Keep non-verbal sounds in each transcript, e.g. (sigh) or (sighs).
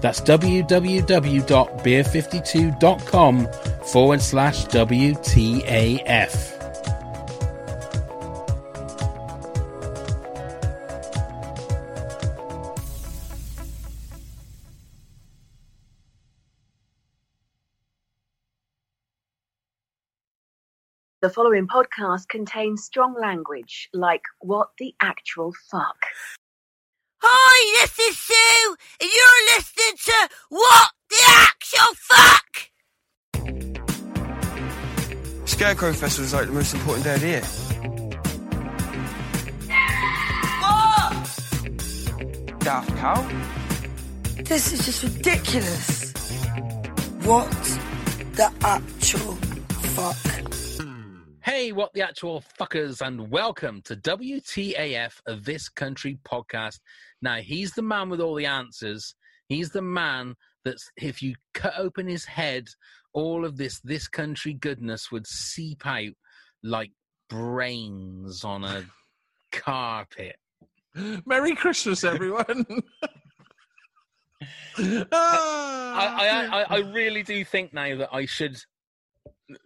That's www.beer52.com forward slash WTAF. The following podcast contains strong language like what the actual fuck. Hi, this is Sue, and you're listening to What the Actual Fuck! Scarecrow Festival is like the most important day of the year. What? Daft Cow? This is just ridiculous. What the actual fuck? Hey, what the actual fuckers, and welcome to WTAF of This Country podcast. Now, he's the man with all the answers. He's the man that's, if you cut open his head, all of this This Country goodness would seep out like brains on (laughs) a carpet. (laughs) Merry Christmas, everyone. (laughs) I, Ah! I, I, I really do think now that I should,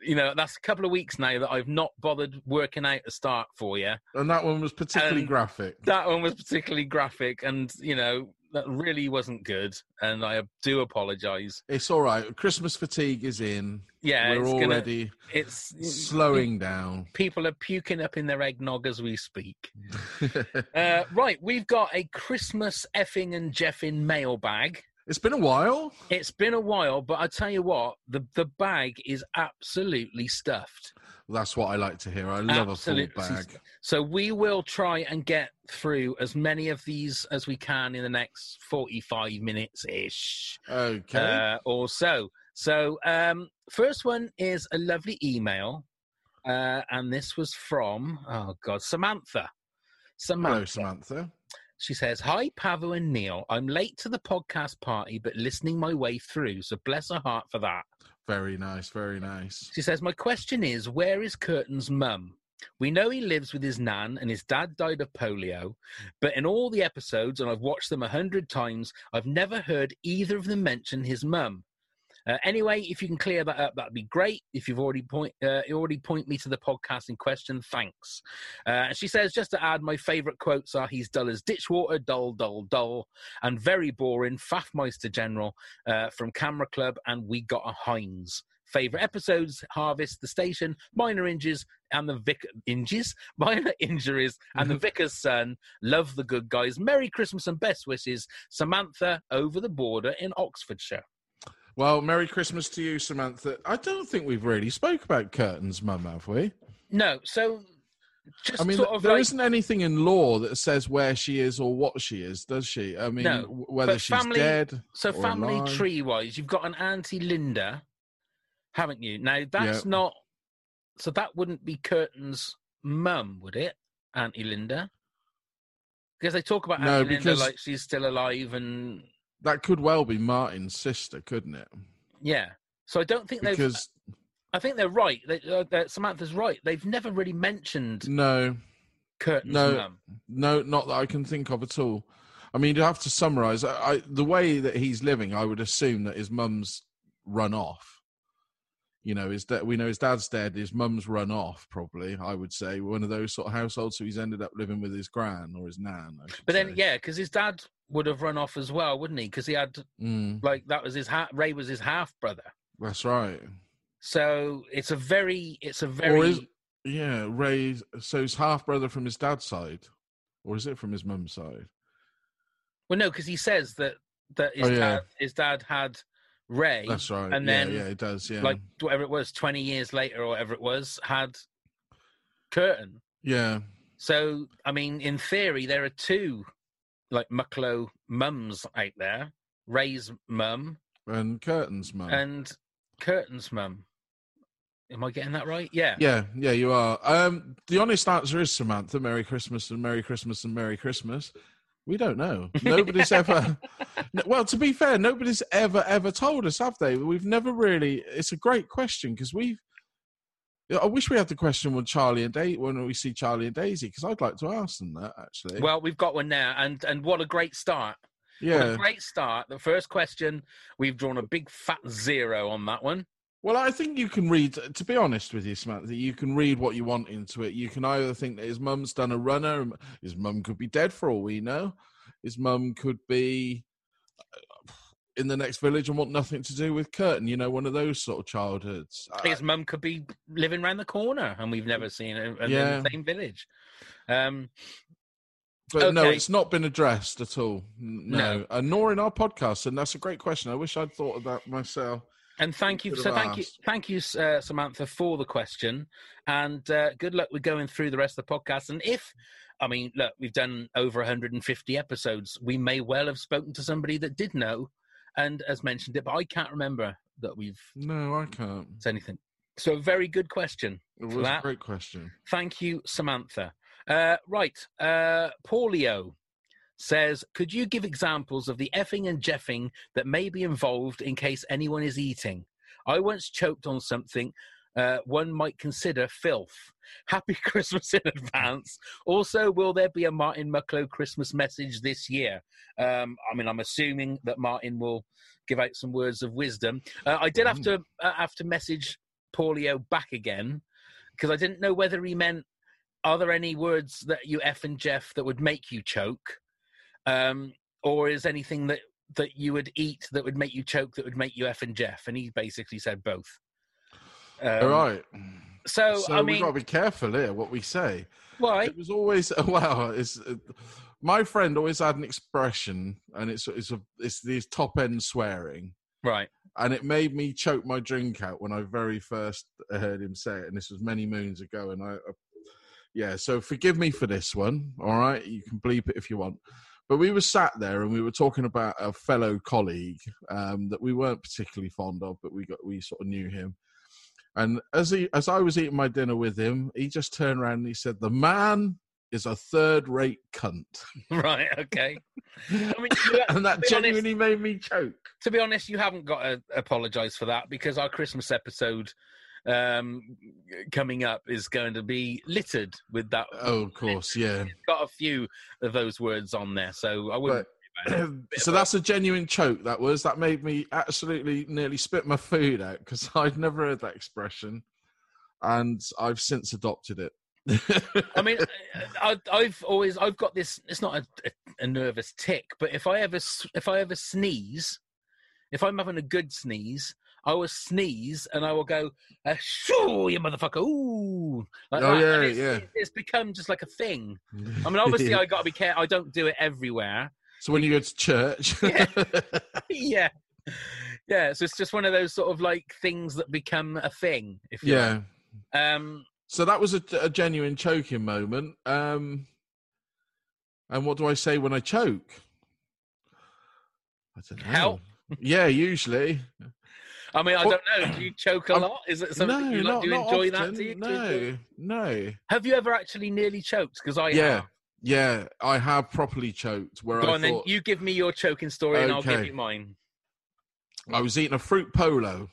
you know, that's a couple of weeks now that I've not bothered working out a start for you. and that one was particularly Um, graphic. that one was particularly graphic and you know that really wasn't good and i do apologize It's all right. Christmas fatigue is in. yeah We're it's already gonna, it's slowing down. (laughs) people are puking up in their eggnog as we speak uh, right we've got a christmas effing and jeffing mailbag it's been a while. it's been a while but i tell you what the, the bag is absolutely stuffed That's what I like to hear. I love Absolutely. a full bag. so we will try and get through as many of these as we can in the next 45 minutes ish Okay. uh, or so. So, um, first one is a lovely email, uh, and this was from oh god, Samantha. Samantha. Hello, Samantha. She says, "Hi, Pavu and Neil. I'm late to the podcast party, but listening my way through. So bless her heart for that." Very nice. Very nice. She says, My question is, where is Curtin's mum? We know he lives with his nan and his dad died of polio, but in all the episodes, and I've watched them a hundred times, I've never heard either of them mention his mum. Uh, anyway, if you can clear that up, that'd be great. If you've already point uh, you already point me to the podcast in question, thanks. Uh, she says, just to add, my favourite quotes are: "He's dull as ditch water, dull, dull, dull, and very boring." Fafmeister General uh, from Camera Club, and we got a Heinz. Favorite episodes: Harvest, The Station, Minor Injuries, and the Vic Injuries, (laughs) Minor Injuries, and the Mm-hmm. Vicar's Son. Love the good guys. Merry Christmas and best wishes, Samantha, over the border in Oxfordshire. Well, Merry Christmas to you, Samantha. I don't think we've really spoke about Curtin's mum, have we? No, so just I mean, sort th- of there like, not anything in law that says where she is or what she is, does she? I mean, No, w- whether but she's family- dead. so or family alive. tree wise, you've got an Auntie Linda, haven't you? Now that's Yep. not so that wouldn't be Curtin's mum, would it, Auntie Linda? Because they talk about No, Auntie because- Linda like she's still alive and That could well be Martin's sister, couldn't it? Yeah. So I don't think they've. Because I think they're right. They, uh, that Samantha's right. They've never really mentioned no, Curtin's No. mum. no, not that I can think of at all. I mean, you'd have to summarise. I, I, the way that he's living, I would assume that his mum's run off. You know, is that we know his dad's dead. His mum's run off, probably. I would say one of those sort of households. So he's ended up living with his gran or his nan. I should But then, say. yeah, because his dad would have run off as well, wouldn't he? Because he had Mm, like that was his ha- Ray was his half brother. that's right. So it's a very, it's a very. Or is yeah, Ray's so his half brother from his dad's side, or is it from his mum's side? well, no, because he says that that his, Oh, yeah. dad, his dad had Ray, That's right. and yeah, then, yeah, it does. Yeah, like whatever it was, twenty years later or whatever it was, had Curtin. yeah, So I mean, in theory, there are two like Mucklow mums out there: Ray's mum and curtains, man. and Curtin's mum. Am I getting that right? Yeah. yeah, yeah, you are. Um, the honest answer is Samantha. Merry Christmas and Merry Christmas and Merry Christmas. We don't (laughs) know. Nobody's ever. No, well, to be fair, nobody's ever ever told us, have they? We've never really. It's a great question because we've. Yeah, I wish we had the question when Charlie and Daisy when we see Charlie and Daisy because I'd like to ask them that actually. Well, we've got one now, and and what a great start! What yeah. a great start. The first question, we've drawn a big fat zero on that one. Well, I think you can read. To be honest with you, Samantha, you can read what you want into it. You can either think that his mum's done a runner. and His mum could be dead for all we know. His mum could be uh, in the next village and want nothing to do with Curtin. You know, one of those sort of childhoods. Uh, I- His mum could be living round the corner, and we've never seen her in Yeah. the same village. Um, but no, okay. it's not been addressed at all. N- No, No. and nor in our podcast. And that's a great question. I wish I'd thought of that myself. and thank We you, could so have thank you, asked. thank you, uh, Samantha, for the question, and uh, good luck with going through the rest of the podcast. And if, I mean, look, we've done over 150 episodes. We may well have spoken to somebody that did know, and has mentioned it, but I can't remember that we've No, I can't. said anything. So, very good question. It For was a that- great question. Thank you, Samantha. Uh, right, uh, Paulio says, could you give examples of the effing and jeffing that may be involved in case anyone is eating? I once choked on something uh, one might consider filth. Happy (laughs) Christmas in advance. Also, will there be a Martin Mucklow Christmas message this year? Um, I mean, I'm assuming that Martin will give out some words of wisdom. Uh, I did have to uh, have to message Paulio back again because I didn't know whether he meant are there any words that you F and Jeff that would make you choke, um, or is anything that that you would eat that would make you choke that would make you F and Jeff? And he basically said both. Um, all right. So, so I we've mean, got to be careful here what we say. why? (laughs) It was always well. It's uh, my friend always had an expression, and it's it's a it's these top end swearing, Right. (laughs) and it made me choke my drink out when I very first heard him say it, and this was many moons ago, and I. I yeah, so forgive me for this one. All right, you can bleep it if you want. But we were sat there and we were talking about a fellow colleague um, that we weren't particularly fond of, but we got we sort of knew him. And as he as I was eating my dinner with him, he just turned around and he said, "The man is a third-rate cunt," (laughs) Right. Okay. and I mean, you, that be honest- genuinely made me choke. to be honest, you haven't got to apologise for that because our Christmas episode um coming up is going to be littered with that Oh, of course, yeah. got a few of those words on there so i wouldn't But, (clears throat) so that's a genuine choke. That was that made me absolutely nearly spit my food out because (laughs) I'd never heard that expression, and I've since adopted (laughs) it. I mean, I, I've always I've got this. It's not a, a nervous tick, but if I ever s- if I ever sneeze, if I'm having a good sneeze, I will sneeze and I will go, uh, "Shoo, you motherfucker!" Ooh, like Oh, that. yeah, And it's, yeah. it- It's become just like a thing. I mean, obviously, I got to be careful. I don't do it everywhere. (laughs) so when you go to church, (laughs) Yeah. yeah, yeah. So it's just one of those sort of like things that become a thing. If you yeah. like. um, So that was a, a genuine choking moment. Um, and what do I say when I choke? I don't know. Help. Yeah, usually. I mean, I Well- don't know. Do you choke a I'm- lot? Is it something no, you like? not, do you not enjoy that? often. Do you, do you no, enjoy- no. Have you ever actually nearly choked? Because I Yeah, have. yeah. I have properly choked where Go I on then. thought You give me your choking story, and I'll give Okay. you mine. I was eating a fruit polo.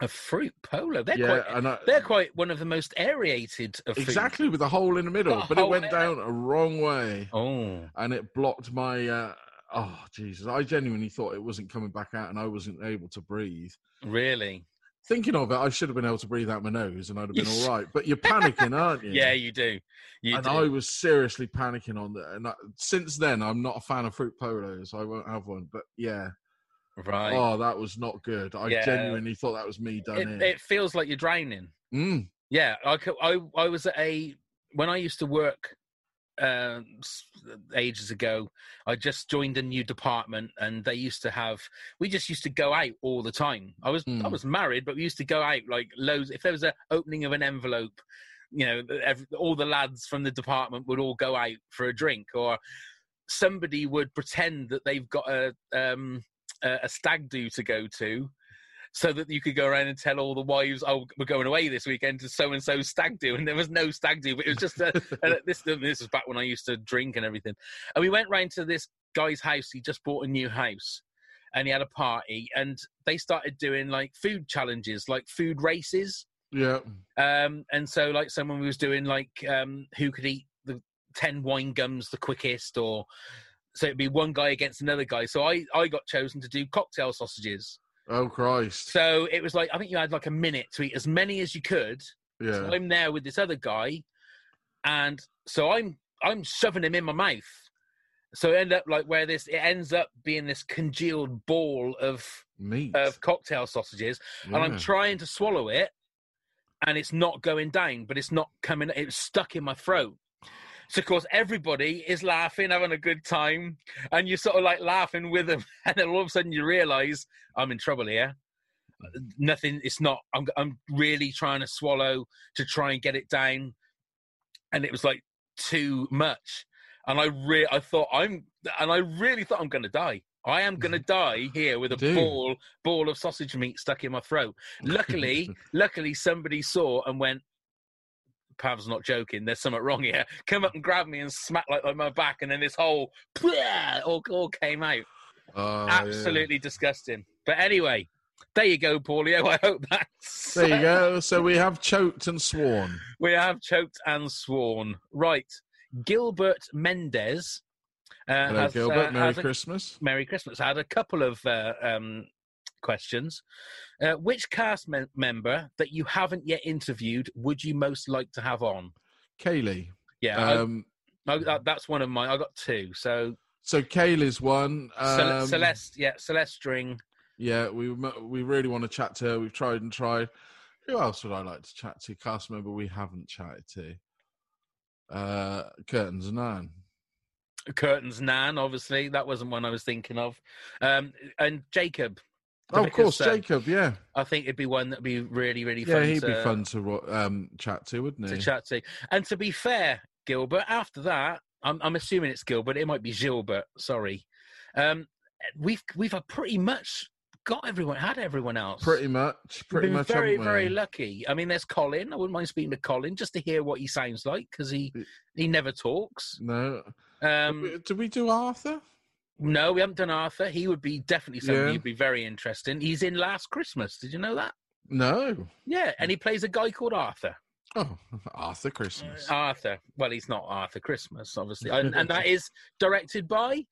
A fruit polo. They're yeah, quite. and I, They're quite one of the most aerated of food. exactly with a hole in the middle, Got a but it hole went in it. down a wrong way. Oh, and it blocked my uh, oh jesus i genuinely thought it wasn't coming back out and i wasn't able to breathe really? thinking of it i should have been able to breathe out my nose and (laughs) i'd have been Yes. all right but you're panicking aren't you (laughs) Yeah, you do. You and do. i was seriously panicking on that and I, since then i'm not a fan of fruit polos i won't have one but yeah Right. Oh, that was not good. I Yeah. genuinely thought that was me Oh, done in. it, it feels like you're drowning. (laughs) Mm. Yeah, I, cou- I I was at a when I used to work um s- ages ago. I just joined a new department, and they used to have. We just used to go out all the time. I was I Mm. was married, but we used to go out like loads. If there was a opening of an envelope, you know, ev all the lads from the department would all go out for a drink, or somebody would pretend that they've got a um a a stag do to go to so that you could go around and tell all the wives, "Oh, we're going away this weekend to so and so stag do," and there was no stag do, but it was just a, a, this. This was back when I used to drink and everything, and we went round to this guy's house. He just bought a new house, and he had a party, and they started doing like food challenges, like food races. (laughs) Yeah. Um, and so like someone was doing like um, who could eat the ten wine gums the quickest, or so it'd be one guy against another guy. So I I got chosen to do cocktail sausages. Oh Christ. So it was like I think you had like a minute to eat as many as you could. yeah. So I'm there with this other guy, and so I'm I'm shoving him in my mouth. So it ended up like where this it ends up being this congealed ball of Meat. of cocktail sausages, uh, and I'm Yeah. trying to swallow it, and it's not going down, but it's not coming. It's stuck in my throat. So of course everybody is laughing, having a good time, and you're sort of like laughing with them, (laughs) and then all of a sudden you realise I'm in trouble here. Nothing. It's not. I'm. I'm really trying to swallow to try and get it down, and it was like too much. And I re- I thought I'm, and I really thought I'm going to die. I am going to die here with a Dude. ball ball of sausage meat stuck in my throat. Luckily, (laughs) luckily somebody saw and went. Pav's not joking. There's something wrong here. (laughs) Come up and grab me and smack like on my back, and then this whole (laughs) all, all came out. Oh, yeah. Absolutely disgusting. But anyway, there you go, Paulio. (laughs) I hope that's There you go. So we have choked and sworn. (laughs) we have choked and sworn. Right. Gilbert Mendez. Uh, Hello, has, Gilbert. uh, Merry has a- Christmas. Merry Christmas. I had a couple of uh, um, questions. Uh, which cast mem- member that you haven't yet interviewed would you most like to have on? Kaylee. Yeah, I- Um, I, that, that's one of mine. I got two. So so Kaylee's one. Cel- Um, Celeste, yeah, Celeste String. Yeah, we m- we really want to chat to her. We've tried and tried. Who else would I like to chat to? Cast member we haven't chatted to. Uh, Curtains and Iron. Curtains Nan, obviously. That wasn't one I was thinking of. Um, and Jacob. the Oh, of Vicar's course, son. Jacob. Yeah, I think it'd be one that'd be really, really yeah, fun, he'd to, be fun to ro- um, chat to, wouldn't he? to chat to. And to be fair, Gilbert, after that, I'm, I'm assuming it's Gilbert. It might be Gilbert. Sorry. Um, we've we've had pretty much got everyone, had everyone else. Pretty much, We've pretty been much. very, haven't we? very lucky. I mean, there's Colin. I wouldn't mind speaking to Colin just to hear what he sounds like because he he never talks. No, Um, Did we- did we do Arthur? No, we haven't done Arthur. He would be definitely somebody Yeah. who'd be very interesting. He's in Last Christmas. Did you know that? No. Yeah, Mm. and he plays a guy called Arthur. Oh, Arthur Christmas. Arthur. Well, he's not Arthur Christmas, obviously, and, and (laughs) that is directed by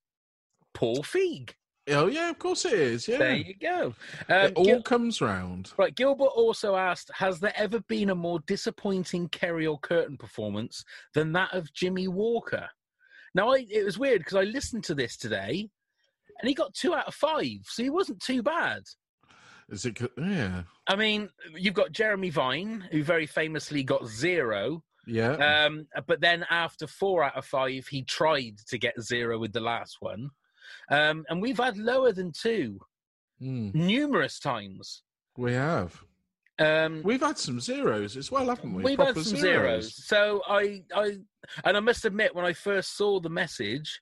Paul Feig. oh yeah, of course it is. Yeah, There you go. Um, it all Gil- comes round. right, Gilbert also asked, "Has there ever been a more disappointing Kerry or Curtin performance than that of Jimmy Walker?" Now, I, it was weird because I listened to this today, and he got two out of five, so he wasn't too bad. Is it? co- Yeah, I mean, you've got Jeremy Vine, who very famously got zero. yeah. Um, but then after four out of five, he tried to get zero with the last one. Um, and we've had lower than two Hmm, numerous times. we have. Um, We've had some zeros as well, haven't we? we've had Proper some zeros. So I, I, and I must admit, when I first saw the message,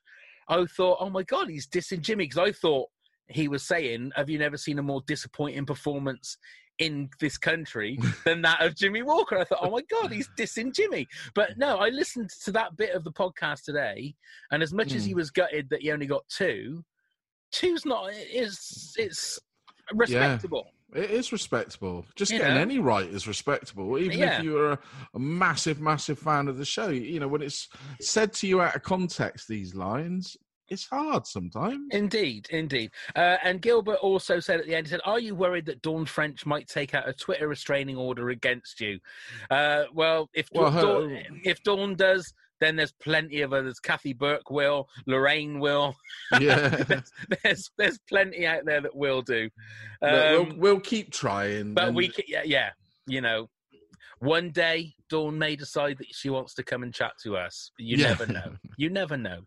I thought, oh my God, he's dissing Jimmy. Because I thought he was saying, have you never seen a more disappointing performance in this (laughs) country than that of Jimmy Walker? I thought, oh my God, he's dissing Jimmy. But no, I listened to that bit of the podcast today. And as much as Hmm. he was gutted that he only got two, two's not, it's, it's respectable. It is respectable. Just You getting know? any right is respectable, even Yeah. if you are a, a massive, massive fan of the show. You know, when it's said to you out of context, these lines, it's hard sometimes. Indeed, indeed. Uh, and Gilbert also said at the end, he said, Are you worried that Dawn French might take out a Twitter restraining order against you? Uh, well, if, Well, Dawn, her- if Dawn does, Then there's plenty of others. Kathy Burke will, Lorraine will. (laughs) Yeah. (laughs) there's, there's there's plenty out there that will do. Look, Um, we'll, we'll keep trying. but and- we, ca- yeah, yeah, you know, one day Dawn may decide that she wants to come and chat to us. You Yeah. never know. You never know.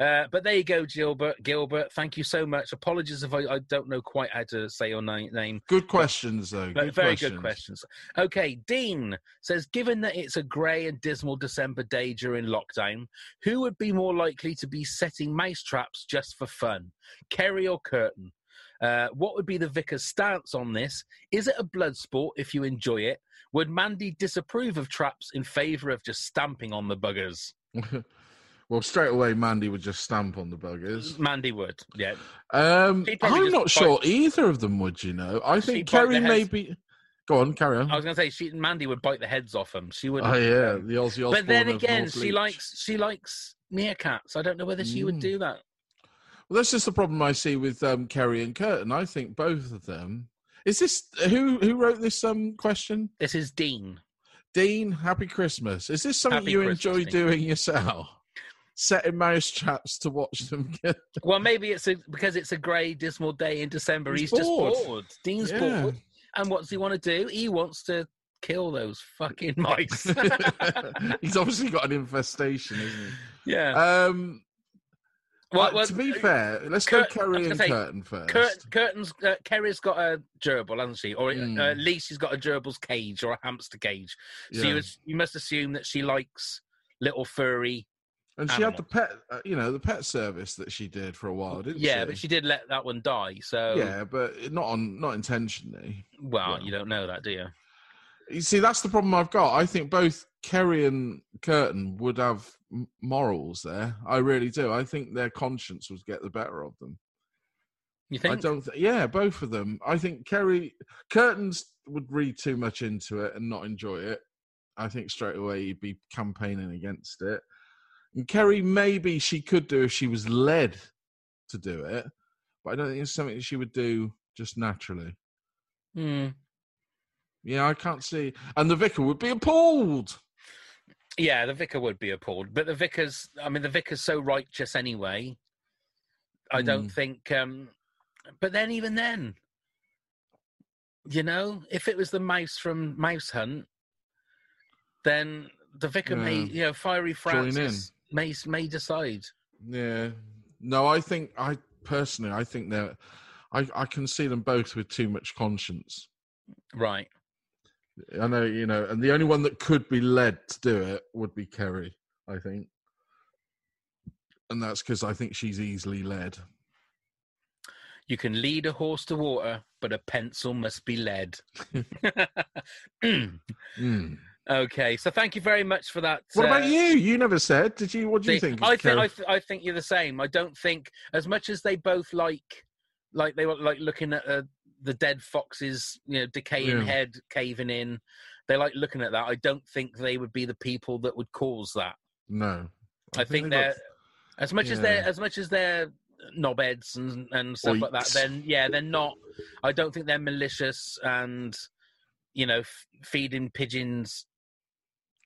Uh, but there you go, Gilbert. Gilbert, thank you so much. Apologies if I, I don't know quite how to say your ni- name. Good questions, though. But very good questions. Okay, Dean says, given that it's a grey and dismal December day during lockdown, who would be more likely to be setting mouse traps just for fun, Kerry or Curtin? Uh, what would be the vicar's stance on this? Is it a blood sport if you enjoy it? Would Mandy disapprove of traps in favour of just stamping on the buggers? well, straight away, Mandy would just stamp on the buggers. Mandy would, yeah. Um, She'd probably I'm just not bite- sure either of them would. You know, I She'd bite think Kerry their may heads. be. Go on, carry on. I was going to say, she Mandy would bite the heads off them. She would. Oh yeah, the Aussie. Osbourne but then of again, North she Leach. likes she likes meerkats. I don't know whether she would Mm. do that. Well, that's just the problem I see with um, Kerry and Curtin. I think both of them. Is this who who wrote this um question? This is Dean. Dean, happy Christmas. Is this something Happy you Christmas, enjoy Dean. doing yourself? Setting mouse traps to watch them (laughs) get (laughs) Well, maybe it's a, because it's a grey, dismal day in December. He's, He's bored. just bored. Dean's bored. And what's he want to do? He wants to kill those (laughs) fucking mice. (laughs) He's obviously got an infestation, isn't he? yeah. Um, well, but well, uh, to be fair, let's Curt- go I was Kerry gonna and say, Curtin first. Curt, Curtin's uh, Kerry's got a gerbil, hasn't she? Or Mm. uh, at least she's got a gerbil's cage or a hamster cage. So Yeah. you, was, you must assume that she likes little furry. and she had the pet, uh, you know, the pet service that she did for a while, didn't she? yeah, but she um, did let that one die. So, Yeah, but not on, not intentionally. well, Yeah. you don't know that, do you? You see, that's the problem I've got. I think both Kerry and Curtin would have m- morals there. I really do. I think their conscience would get the better of them. You think? I don't. Th- yeah, both of them. I think Kerry Curtains would read too much into it and not enjoy it. I think straight away he'd be campaigning against it. And Kerry, maybe she could do if she was led to do it, but I don't think it's something she would do just naturally. Hmm. Yeah, I can't see. And the vicar would be appalled. Yeah, the vicar would be appalled, but the vicar's I mean the vicar's so righteous anyway. I don't Mm. think um but then even then you know, if it was the mouse from Mouse Hunt then the vicar may Yeah. you know, fiery Join in. Francis may may decide. Yeah. No, I think I personally, I think that I, I can see them both with too much conscience. Right. I know, you know, and the only one that could be led to do it would be Kerry, I think. And that's because I think she's easily led. You can lead a horse to water, but a pencil must be (laughs) led. Mm. (clears throat) okay, so thank you very much for that. What uh, about you? You never said. Did you? What do you They- think? of I think Kerry? I, th- I think you're the same. I don't think as much as they both like like they were like looking at uh, the dead fox's you know decaying Yeah. head caving in. They like looking at that. I don't think they would be the people that would cause that. no. I, think, they got- they're as much as they're Yeah. as much as they're knobheads and and stuff like that. Oiks. Then yeah, they're not. I don't think they're malicious and you know f- feeding pigeons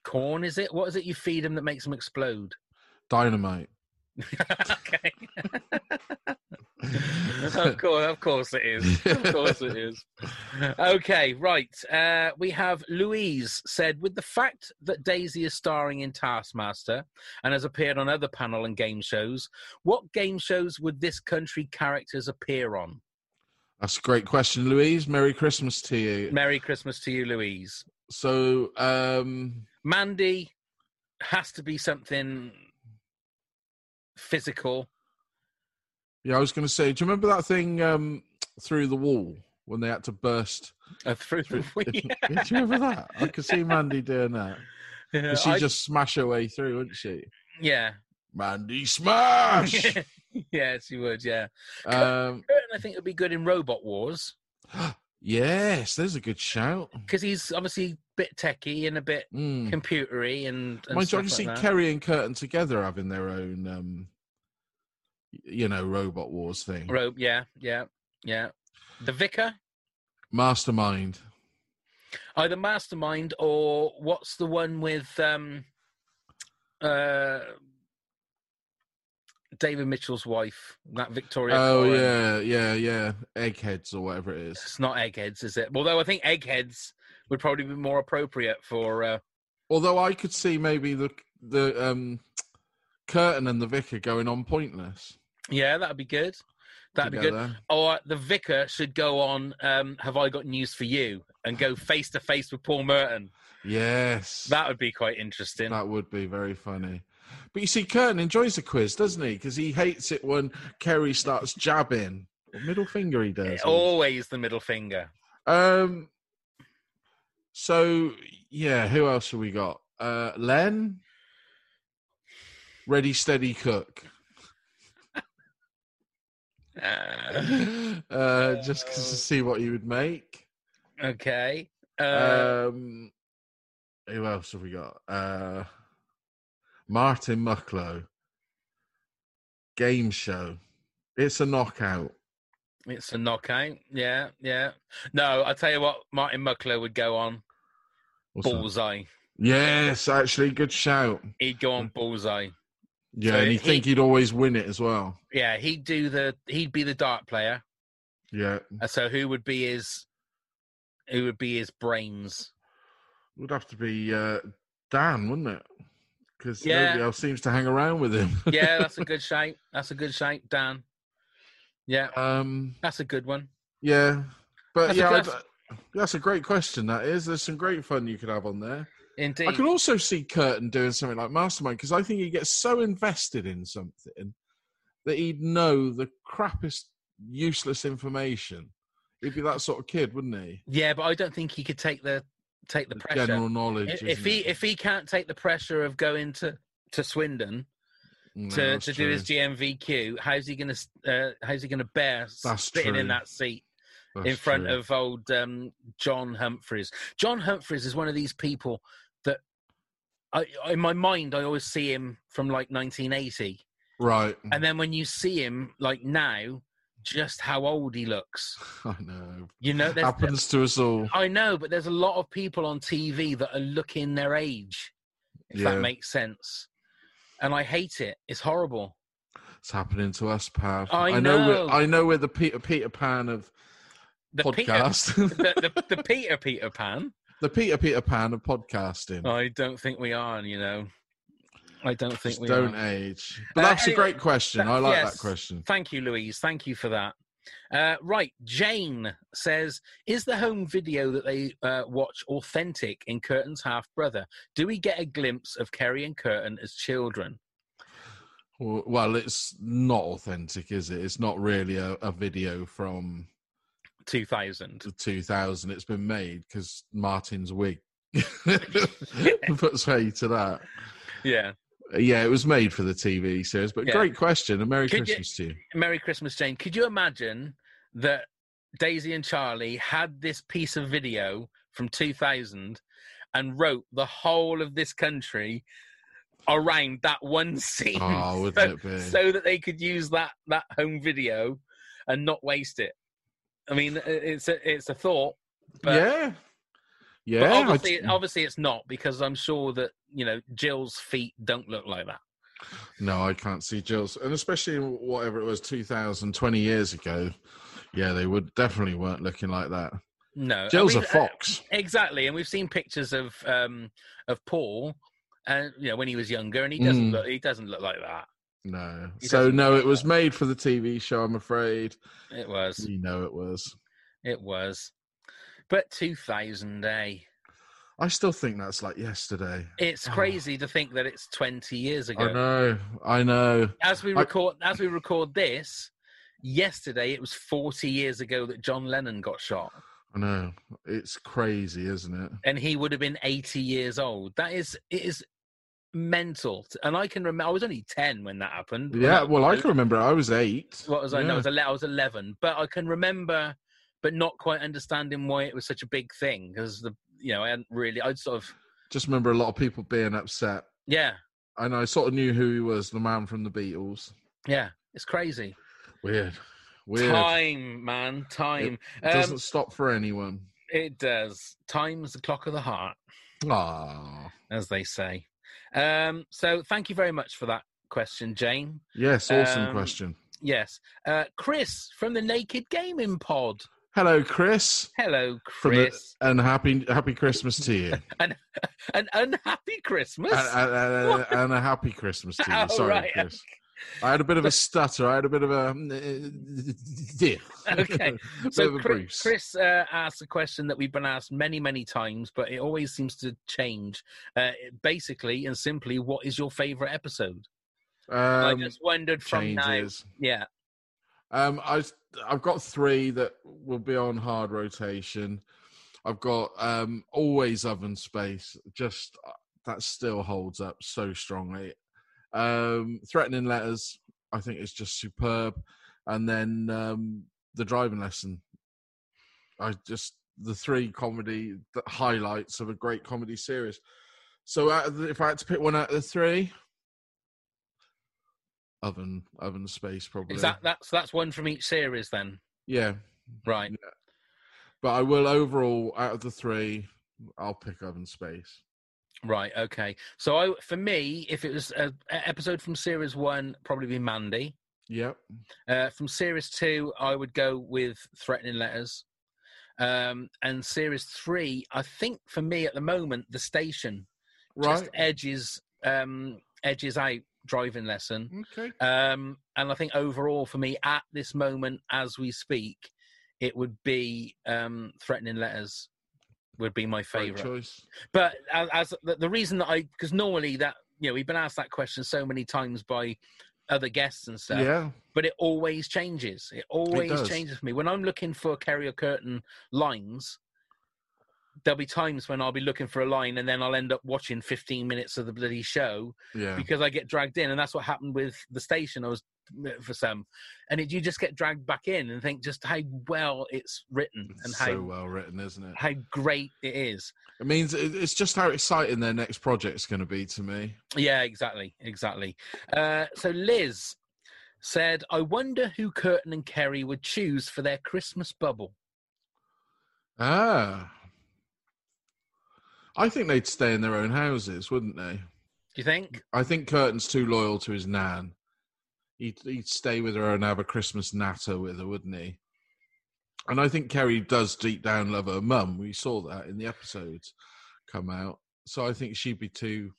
corn. Is it what is it you feed them that makes them explode? (laughs) dynamite. (laughs) okay. of course, of course it is. Of course it is. Okay, right. Uh, we have Louise said, with the fact that Daisy is starring in Taskmaster and has appeared on other panel and game shows, what game shows would this country characters appear on? That's a great question, Louise. Merry Christmas to you. Merry Christmas to you, Louise. so, um, Mandy has to be something physical. yeah, I was going to say, do you remember that thing um, through the wall when they had to burst? Uh, through the (laughs) (laughs) do you remember that? I could see Mandy doing that. Yeah, She'd I- just smash her way through, wouldn't she? yeah. Mandy Smash. yes, you would. (laughs) Yeah, um, Curtin, I think would be good in Robot Wars yes, there's a good shout. because he's obviously a bit techie and a bit Mm. computery and. and Mind you, stuff I can like see that. Kerry and Curtin together having their own, um, y- you know, robot wars thing. Ro- yeah, yeah, yeah. The vicar, Oh, Mastermind. either Mastermind or what's the one with um, uh, David Mitchell's wife, that Victoria. Oh Coren. yeah, yeah, yeah. Eggheads or whatever it is. It's not eggheads, is it? Although I think eggheads would probably be more appropriate for. Uh, Although I could see maybe the the um curtain and the vicar going on pointless. yeah, that'd be good. That'd be good. together. Or the vicar should go on. Um, Have I got news for you? And go face to face with Paul Merton. Yes. That would be quite interesting. That would be very funny. But you see, Curtin enjoys the quiz, doesn't he? Because he hates it when Kerry starts jabbing. Or middle finger, he does. Always the middle finger. Um. So yeah, who else have we got? Uh, Len, ready, steady, cook. (laughs) Uh, uh, just 'cause to see what he would make. (laughs) okay. Uh, Um, who else have we got? Uh, Martin Mucklow. Game show. It's a knockout. it's a knockout. Yeah, yeah. No, I'll tell you what, Martin Muckler would go on What's that? bullseye. Yes, actually, good shout. He'd go Hmm. on bullseye. Yeah, So and you he- think he'd always win it as well. Yeah, he'd do the he'd be the dart player. Yeah, Uh, So who would be his who would be his brains? would have to be uh, Dan, wouldn't it? Because Yeah. nobody else seems to hang around with him. Yeah, that's a good shape. That's a good shape, Dan. Yeah, (laughs) um, that's a good one. yeah, but That's a yeah, good- I'd- that's a great question. That is. There's some great fun you could have on there. Indeed. I could also see Curtin doing something like Mastermind because I think he gets so invested in something that he'd know the crappiest, useless information. He'd be that sort of kid, wouldn't he? Yeah, but I don't think he could take the take the The pressure. General knowledge. if, isn't if he it? if he can't take the pressure of going to to Swindon No, to, Mm, that's to do his true. GMVQ, how's he gonna uh, how's he gonna bear That's sitting true. in that seat in That's front true. of old um, John Humphreys? John Humphreys is one of these people that I, I- in my mind I always see him from like 1980, right. (laughs) and then when you see him like now, just how old he looks. I know. You know, there's, Happens to us all. I know, but there's a lot of people on TV that are looking their age, if Yeah. that makes sense. And I hate it. It's horrible. It's happening to us, Pav. I know. We're, I know we're the Peter Peter Pan of The podcast. (laughs) Peter, (laughs) the, the, the Peter Peter Pan. the Peter Peter Pan of podcasting. I don't think we are. You know, Oh, I don't think Just we don't are. age. But Uh, that's anyway, a great question. that- I like yes. that question. Thank you, Louise. Thank you for that. Uh, right, Jane says, "Is the home video that they uh, watch authentic in Curtin's half brother? Do we get a glimpse of Kerry and Curtin as children?" Well, well, it's not authentic, is it? It's not really a, a video from Two thousand. the 2000. It's been made because Martin's wig (laughs) puts way to that. Yeah. Yeah, it was made for the TV series. But Yeah. great question. And Merry Could you- Christmas (laughs) to you. Merry Christmas, Jane. Could you imagine that Daisy and Charlie had this piece of video from 2000 and wrote the whole of this country around that one (laughs) scene Oh, so, wouldn't it be? so that they could use that that home video and not waste it? I mean, i- it's a, it's a thought, but, yeah. but Yeah. I obviously, d- obviously it's not because I'm sure that you know Jill's feet don't look like that. no, I can't see Jill's. And especially whatever it was, 2000, 20 years ago. Yeah, they would definitely weren't looking like that. No, I Jill's a mean, uh, fox. Exactly, and we've seen pictures of um, of Paul, and you know when he was younger, and he doesn't Mm. look he doesn't look like that. No. He So, doesn't no, look it was made for the TV show, I'm afraid. It was, You know it was. it was, but two thousand eh? I still think that's like yesterday. It's Oh. crazy to think that it's twenty years I ago. know. I know. As we I- record, as we record this, yesterday it was forty years ago that John Lennon got shot, I know. It's crazy, isn't it? and he would have been eighty years old. That is, it is mental. And I can remember I was only ten when that happened. when Yeah. that- Well, I can remember. I was eight. What was I? No, I Yeah. was, ele- I was 11. But I can remember, but not quite understanding why it was such a big thing because the, you know, I hadn't really, I'd sort of, Just remember a lot of people being upset. yeah, And I sort of knew who he was, the man from the Beatles. yeah, it's crazy. Weird. Weird. Time, man, time. It, Doesn't um, stop for anyone. it does. Time's the clock of the heart, Ah. as they say. Um, so thank you very much for that question, Jane. Yes, awesome Um, question. Yes. Uh, Chris from the Naked Gaming Pod. Hello, Chris. Hello, From the- Chris. and happy happy Christmas to you, and, An unhappy Christmas. and- (laughs) and- and a happy Christmas to you. Oh, Sorry, right, Chris. I had a bit of a stutter. I had a bit of a mm, uh, dear. (laughs) Okay, so so Chris, Chris uh, asked a question that we've been asked many, many times, but it always seems to change. Uh, basically and simply, what is your favorite episode? I um, just wondered from now. changes. Yeah, Um, I I've got three that will be on hard rotation. I've got um, always oven space. Just uh, that still holds up so strongly. Um, threatening letters. I think is just superb. And then um, the driving lesson. I just the three comedy the highlights of a great comedy series. So out of the, if I had to pick one out of the three, oven oven space probably. is that that's that's one from each series then? Yeah, Right. but I will overall out of the three, I'll pick Oven Space. Right. Okay. So I, for me, if it was a, a episode from series one, probably be Mandy. Yep. Uh, from series two, I would go with Threatening Letters. Um, and series three, I think for me at the moment, The Station Right. just edges um, edges out Driving Lesson. okay. Um, and I think overall for me at this moment, as we speak, it would be um, Threatening Letters would be my Great favorite. choice. But as, as the, the reason that I, because normally that you know we've been asked that question so many times by other guests and stuff, yeah. but it always changes. It always does. changes for me when I'm looking for carrier curtain lines. There'll be times when I'll be looking for a line, and then I'll end up watching 15 minutes of the bloody show Yeah. because I get dragged in, and that's what happened with the station. I was for some, and it, you just get dragged back in and think just how well it's written It's and so uh, how well written, isn't it? how great it is. It means it- it's just how exciting their next project's going to be to me. Yeah, exactly, exactly. Uh, so Liz said, "I wonder who Curtin and Kerry would choose for their Christmas bubble." Ah. I think they'd stay in their own houses, wouldn't they? Do you think? I think Curtin's too loyal to his nan. He'd, he'd stay with her and have a Christmas natter with her, wouldn't he? And I think Kerry does deep down love her mum. We saw that in the episodes come out. So I think she'd be too,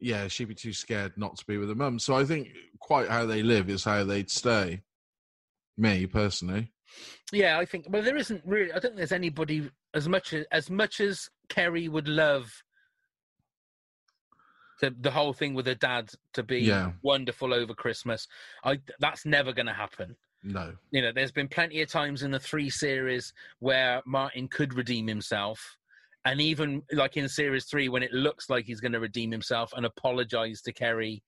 yeah, she'd be too scared not to be with her mum. So I think quite how they live is how they'd stay. Me personally, Yeah, I think. Well, there isn't really. I don't think there's anybody as much as as much as Kerry would love the the whole thing with her dad to be Yeah. wonderful over Christmas. I that's never going to happen. no. you know, there's been plenty of times in the three series where Martin could redeem himself. And even like in series three, when it looks like he's going to redeem himself and apologize to Kerry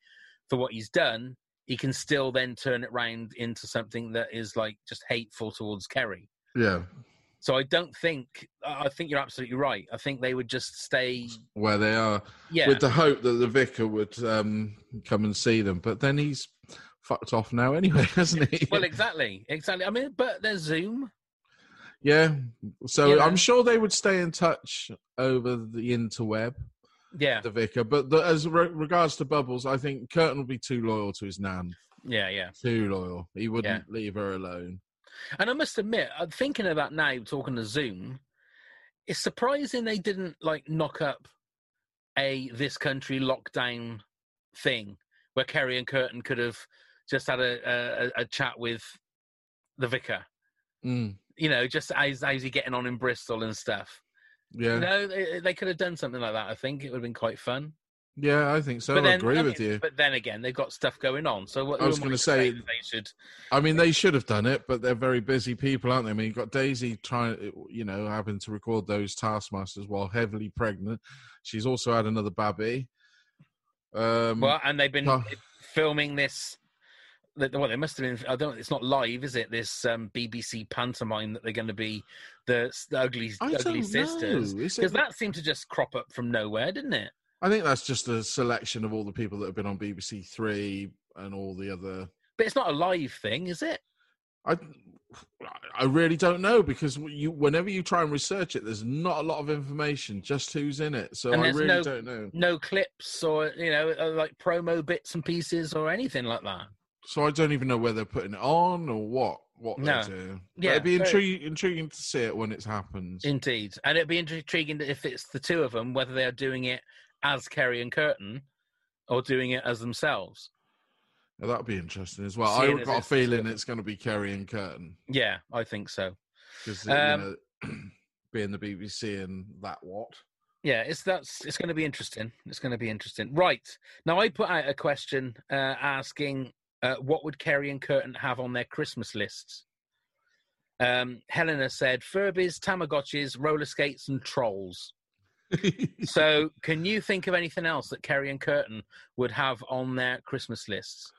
for what he's done, he can still then turn it round into something that is like just hateful towards Kerry. Yeah, So I don't think, I I think you're absolutely right. I think they would just stay, where they are, yeah, with the hope that the vicar would um, come and see them. But then he's fucked off now anyway, (laughs) hasn't he? well, exactly, exactly. I mean, but there's Zoom. Yeah. So Yeah. I'm sure they would stay in touch over the interweb, Yeah, the vicar. But the, as re- regards to Bubbles, I think Curtin would be too loyal to his nan. yeah, yeah. Too loyal. He wouldn't leave her alone. And I must admit, I'm thinking of that now, talking to Zoom, it's surprising they didn't like knock up a this country lockdown thing where Kerry and Curtin could have just had a, a, a chat with the vicar. Mm. You know, just how's, how's he getting on in Bristol and stuff. Yeah. You know, they, they could have done something like that. I think it would have been quite fun. Yeah, I think so. I agree I with mean, you. But then again, they've got stuff going on. So what, I who was am gonna to say- that they should. I mean, they should have done it, but they're very busy people, aren't they? I mean, you've got Daisy trying, you know, having to record those Taskmasters while heavily pregnant. She's also had another baby. Um, Well, and they've been Oh. filming this. that- Well, they must have been. I don't. It's not live, is it? This um, BBC pantomime that they're going to be the, s- the ugly, I ugly don't sisters. know. Is it- Because that seemed to just crop up from nowhere, didn't it? I think that's just a selection of all the people that have been on BBC Three and all the other. But it's not a live thing, is it? I I really don't know because you, whenever you try and research it, there's not a lot of information. Just who's in it, so And I there's really no- don't know. No clips or you know uh, like promo bits and pieces or anything like that. So I don't even know whether they're putting it on or what what No. they're doing. But Yeah, it'd be very- intri- intriguing to see it when it happens. Indeed, and it'd be intriguing if it's the two of them whether they are doing it as Kerry and Curtin or doing it as themselves. Now, that'd be interesting as well. Seeing I've as got a it's- feeling it's going to be Kerry and Curtin Yeah, I think so. because Um, you know, (clears throat) being the BBC and that (laughs) what. Yeah, it's that's it's going to be interesting. It's going to be interesting. Right now, I put out a question uh, asking uh, what would Kerry and Curtin have on their Christmas lists. Um, Helena said Furbies, Tamagotchis, roller skates, and trolls. So, can you think of anything else that Kerry and Curtin would have on their Christmas lists?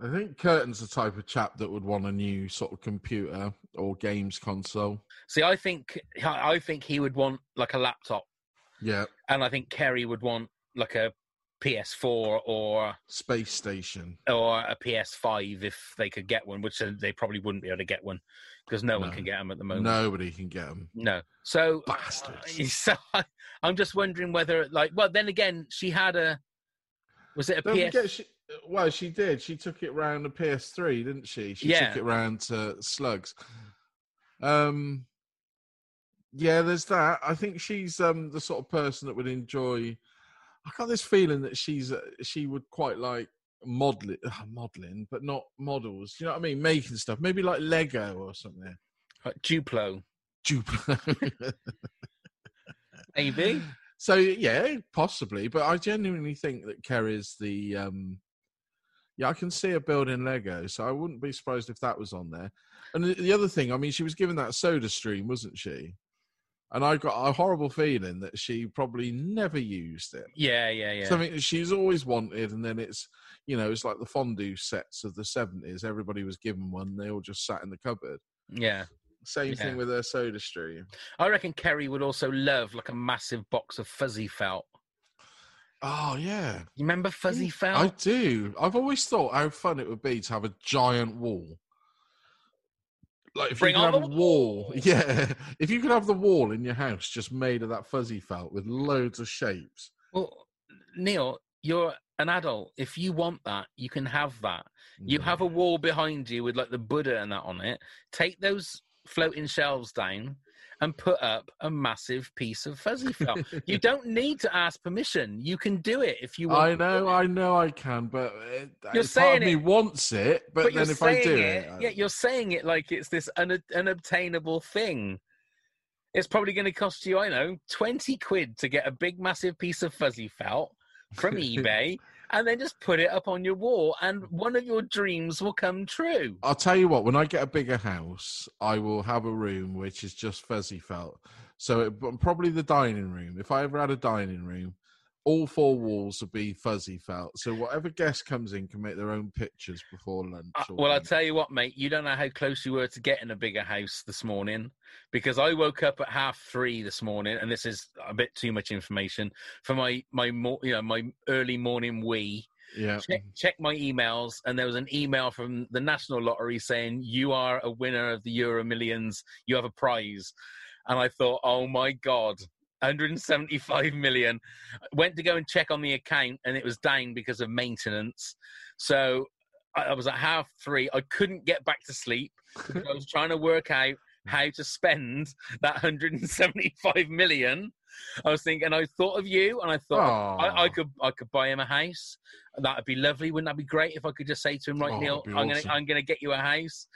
I think Curtin's the type of chap that would want a new sort of computer or games console. See, I think I I think he would want like a laptop, Yeah, and I think Kerry would want like a PS4 or space station. or a PS5 if they could get one, which uh, they probably wouldn't be able to get one because no, one No. can get them at the moment. Nobody can get them. No. So, Bastards. (laughs) so I'm just wondering whether, like, well, then again, she had a. Was it a Don't forget, PS? she, well, she did. She took it round the PS3, didn't she? She Yeah. took it round to Slugs. Um, yeah, there's that. I think she's um the sort of person that would enjoy. I got this feeling that she's uh, she would quite like modeling, modeling, but not models. You know what I mean? Making stuff, maybe like Lego or something. (laughs) uh, Duplo, Duplo. maybe. So yeah, possibly, but I genuinely think that Kerry's the um yeah, I can see her building Lego, so I wouldn't be surprised if that was on there. And the- the other thing, I mean, she was given that soda stream, wasn't she? And I got a horrible feeling that she probably never used it. Yeah, yeah, yeah. Something that she's always wanted, and then it's you know, it's like the fondue sets of the seventies. Everybody was given one; they all just sat in the cupboard. yeah. Same Yeah. thing with her soda stream. I reckon Kerry would also love, like, a massive box of fuzzy felt. Oh yeah, You remember fuzzy felt? I do. I've always thought how fun it would be to have a giant wall. Like if Bring you could on have the a wall, wall. (laughs) yeah. If you could have the wall in your house just made of that fuzzy felt with loads of shapes. Well, Neil, you're an adult. If you want that, you can have that. You have a wall behind you with like the Buddha and that on it. Take those floating shelves down and put up a massive piece of fuzzy felt. (laughs) you don't need to ask permission. You can do it if you want. I know, I know, I can, but it, You're it's part saying of me it, wants it, but, But then you're if I do saying it, it, I- yeah, you're saying it like it's this un- unobtainable thing. It's probably going to cost you, I know, twenty quid to get a big, massive piece of fuzzy felt from (laughs) eBay, and then just put it up on your wall, and one of your dreams will come true. I'll tell you what, when I get a bigger house, I will have a room which is just fuzzy felt. So it, but probably the dining room. If I ever had a dining room, all four walls would be fuzzy felt. So whatever guest comes in can make their own pictures before lunch. Uh, or well, I'll dinner. tell you what, mate. You don't know how close you were to getting a bigger house this morning because I woke up at half three this morning, and this is a bit too much information for my my mor- you know my early morning wee. yeah. Check, check my emails, and there was an email from the National Lottery saying you are a winner of the Euro Millions. You have a prize, and I thought, oh my god. 175 million went to go and check on the account and it was down because of maintenance so I, I was at half three. I couldn't get back to sleep because I was trying to work out how to spend that 175 million. I was thinking, I thought of you, and I thought I, I Aw. could I could buy him a house. That'd be lovely, wouldn't that be great? If I could just say to him, right, Oh, Neil, that'd be I'm awesome. gonna I'm gonna get you a house.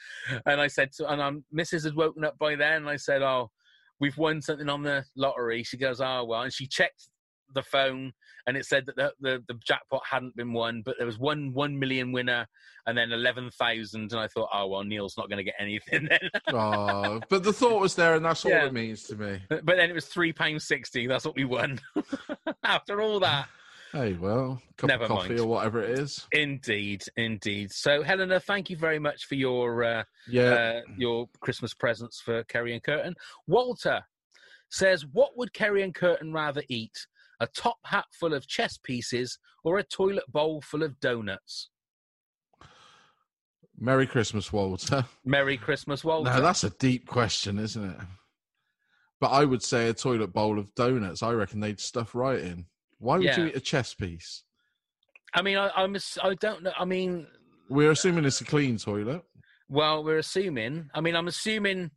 And I said to and um, Mrs. had woken up by then, and I said, oh, we've won something on the lottery. She goes, oh well, and she checked the phone and it said that the, the, the jackpot hadn't been won, but there was one one million winner and then eleven thousand, and I thought, oh well, Neil's not going to get anything (laughs) then. Aw, but the thought was there, and that's all Yeah. it means to me. but then it was three pound sixty. That's what we won. (laughs) After all that, Hey, well, cup Never of coffee mind. or whatever it is. indeed, indeed. So Helena, thank you very much for your uh, Yeah. uh, your Christmas presents for Kerry and Curtin. Walter says, what would Kerry and Curtin rather eat? A top hat full of chess pieces or a toilet bowl full of donuts? Merry Christmas, Walter. (sighs) Merry Christmas, Walter. Now that's a deep question, isn't it? But I would say a toilet bowl of donuts. I reckon they'd stuff right in. Why would you Yeah. eat a chess piece? I mean, I, I'm. ass- I don't know. I mean, We're assuming it's a clean toilet. well, we're assuming. I mean, I'm assuming.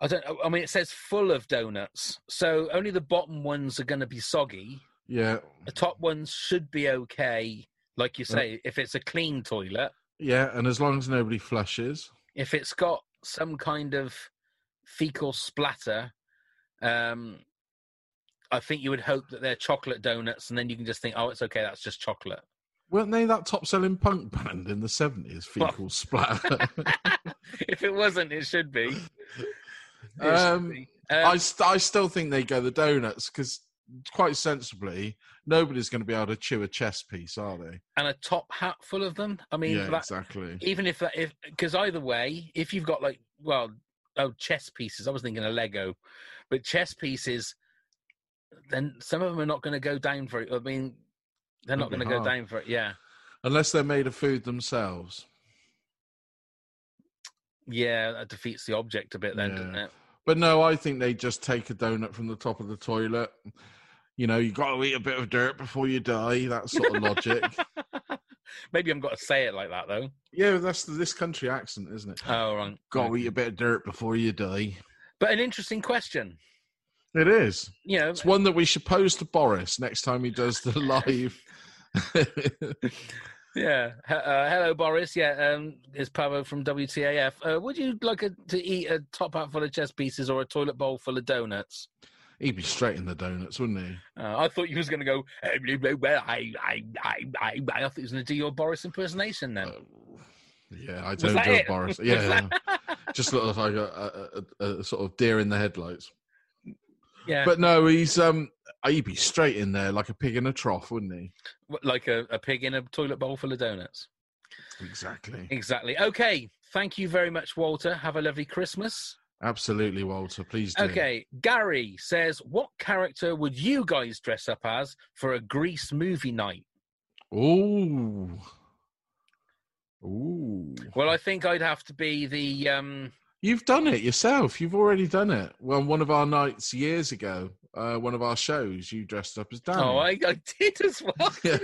I don't. I mean, it says full of donuts, so only the bottom ones are going to be soggy. Yeah, The top ones should be okay, like Mm. you say, if it's a clean toilet, yeah, and as long as nobody flushes, if it's got some kind of fecal splatter. Um, I think you would hope that they're chocolate donuts, and then you can just think, "Oh, it's okay. That's just chocolate." (laughs) (laughs) weren't they that top-selling punk band in the seventies? (laughs) Fecal splatter. if it wasn't, it should be. It Um, should be. I, Um, st- I still think they go the donuts because quite sensibly, nobody's going to be able to chew a chess piece, are they? and a top hat full of them. I mean, yeah, that, exactly. even if that, if because either way, if you've got like well, oh, chess pieces. I was thinking a Lego, but chess pieces. Then some of them are not going to go down for it. I mean, they're not That'd going be to go hard. down for it. Yeah, Unless they're made of food themselves. yeah, that defeats the object a bit then, Yeah. doesn't it? But no, I think they just take a donut from the top of the toilet. You know, you got to eat a bit of dirt before you die. That sort (laughs) of logic. Maybe I've got to say it like that though. Yeah, that's the, this country accent, isn't it? Oh, right. got to eat a bit of dirt before you die. But an interesting question. It is. You know, It's one that we should pose to Boris next time he does the live. Yeah. He- Uh, hello, Boris. Yeah, um, it's Pavo from WTAF. Uh, would you like a, to eat a top hat full of chess pieces or a toilet bowl full of donuts? (laughs) He'd be straight in the donuts, wouldn't he? Uh, I thought you was going to go. "Eh, blah, blah, blah, I, I, I, I, I thought you was going to do your Boris impersonation then. Uh, yeah, I don't that do a it? (laughs) Boris. Was Yeah, that- just look like a, a, a, a sort of deer in the headlights. yeah. But no, he's um, he'd be straight in there like a pig in a trough, wouldn't he? But like a, a pig in a toilet bowl full of donuts. Exactly. Exactly. Okay. Thank you very much, Walter. Have a lovely Christmas. Absolutely, Walter. Please do. Okay, Gary says, what character would you guys dress up as for a Grease movie night? Ooh. Ooh. Well, I think I'd have to be the um You've done it yourself. You've already done it. Well, one of our nights years ago, uh, one of our shows, you dressed up as Danny. Oh, (laughs) I, (laughs) I did as well. Yeah.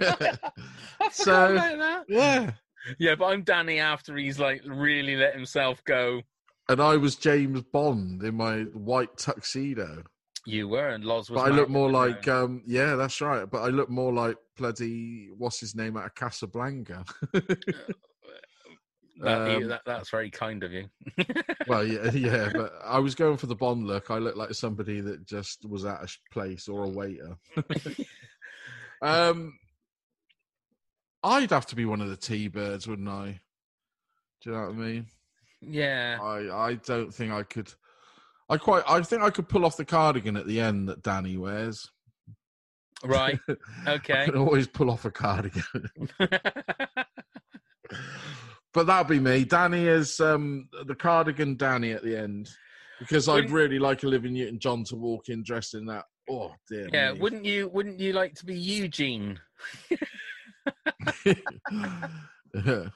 I forgot So- about that. yeah. Yeah, but I'm Danny after he's like really let himself go. And I was James Bond in my white tuxedo. You were and Loz was But I married, look more didn't like, um, yeah, that's right. But I look more like bloody what's his name out (laughs) of Casablanca. that, you- um, that- that's very kind of you. well, yeah, yeah. But I was going for the Bond look. I look like somebody that just was at a sh- place or (laughs) a waiter. um, I'd have to be one of the T-birds, wouldn't I? Do you know what I mean? yeah. I I don't think I could. I quite. I think I could pull off the cardigan at the end that Danny wears. (laughs) Right. Okay. (laughs) I can always pull off a cardigan. but that'd be me. Danny is um, the cardigan Danny at the end because I'd Wouldn't- really like Olivia Newton John to walk in dressed in that. Oh dear. (laughs) yeah, me. wouldn't you wouldn't you like to be Eugene, Yeah. the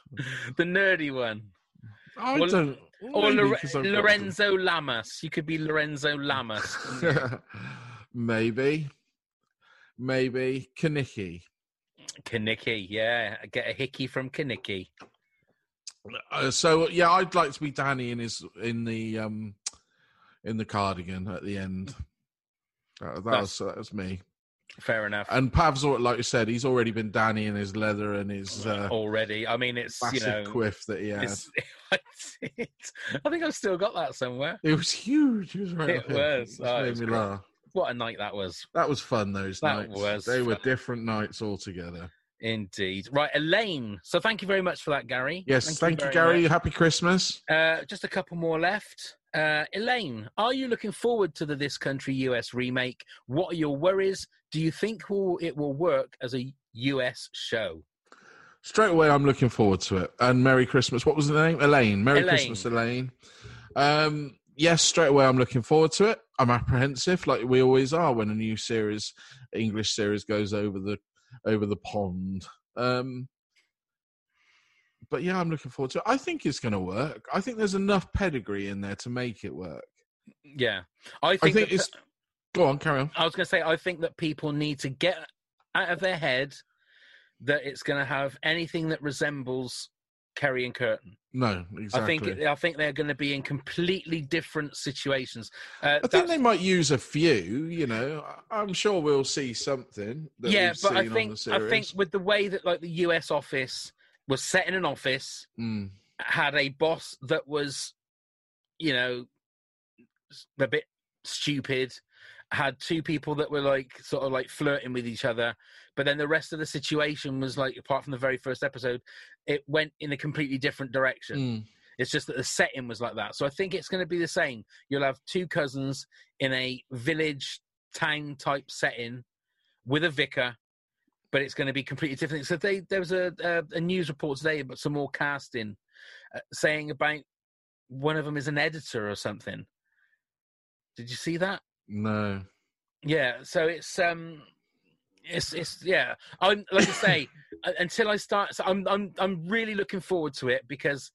nerdy one? (laughs) I Or- don't. Or maybe Lore- 'cause I've got- Lorenzo Lamas. You could be Lorenzo Lamas. (laughs) couldn't you? (laughs) maybe, maybe Kaniki. Kaniki, yeah. Get a hickey from Kaniki. Uh, so yeah, I'd like to be Danny in his in the um in the cardigan at the end. Uh, that was That's- that was me. Fair enough. And Pav's al- like you said, he's already been Danny in his leather and his uh, Already, I mean, it's you massive know, quiff that he had. it's, (laughs) it's- I think I've still got that somewhere. It was huge. It was right It up here. was. Just Oh, it made was me great. laugh. What a night that was, That was fun. Those That nights. was they were fun. different nights altogether. indeed. Right, Elaine. So thank you very much for that, Gary. Yes. Thank, you, very Gary. much. Happy Christmas. Uh, just a couple more left. Uh, Elaine, are you looking forward to the This Country US remake? What are your worries? Do you think will, it will work as a US show? straight away i'm looking forward to it and merry christmas what was the name elaine merry Elaine. christmas elaine um yes straight away i'm looking forward to it i'm apprehensive like we always are when a new series english series goes over the over the pond um But yeah, I'm looking forward to it. I think it's going to work. I think there's enough pedigree in there to make it work. Yeah, I I think, think, that- it's. Go on, carry on. I was going to say, I think that people need to get out of their head that it's going to have anything that resembles Kerry and Curtin. No, exactly. I think it- I think they're going to be in completely different situations. Uh, I that's- think they might use a few. You know, I- I'm sure we'll see something. That yeah, we've but I seen on think the I series. think with the way that like the U.S. office was set in an office, Mm. had a boss that was, you know, s- a bit stupid, had two people that were like sort of like flirting with each other, but then the rest of the situation was like, apart from the very first episode, it went in a completely different direction. Mm. It's just that the setting was like that. So I think it's going to be the same. You'll have two cousins in a village town type setting with a vicar, but it's going to be completely different. So they, there was a, a, a news report today about some more casting uh, saying about one of them is an editor or something. Did you see that? No, Yeah. So it's um, it's it's yeah. I'm like I say (laughs) u- until I start. So I'm I'm I'm really looking forward to it because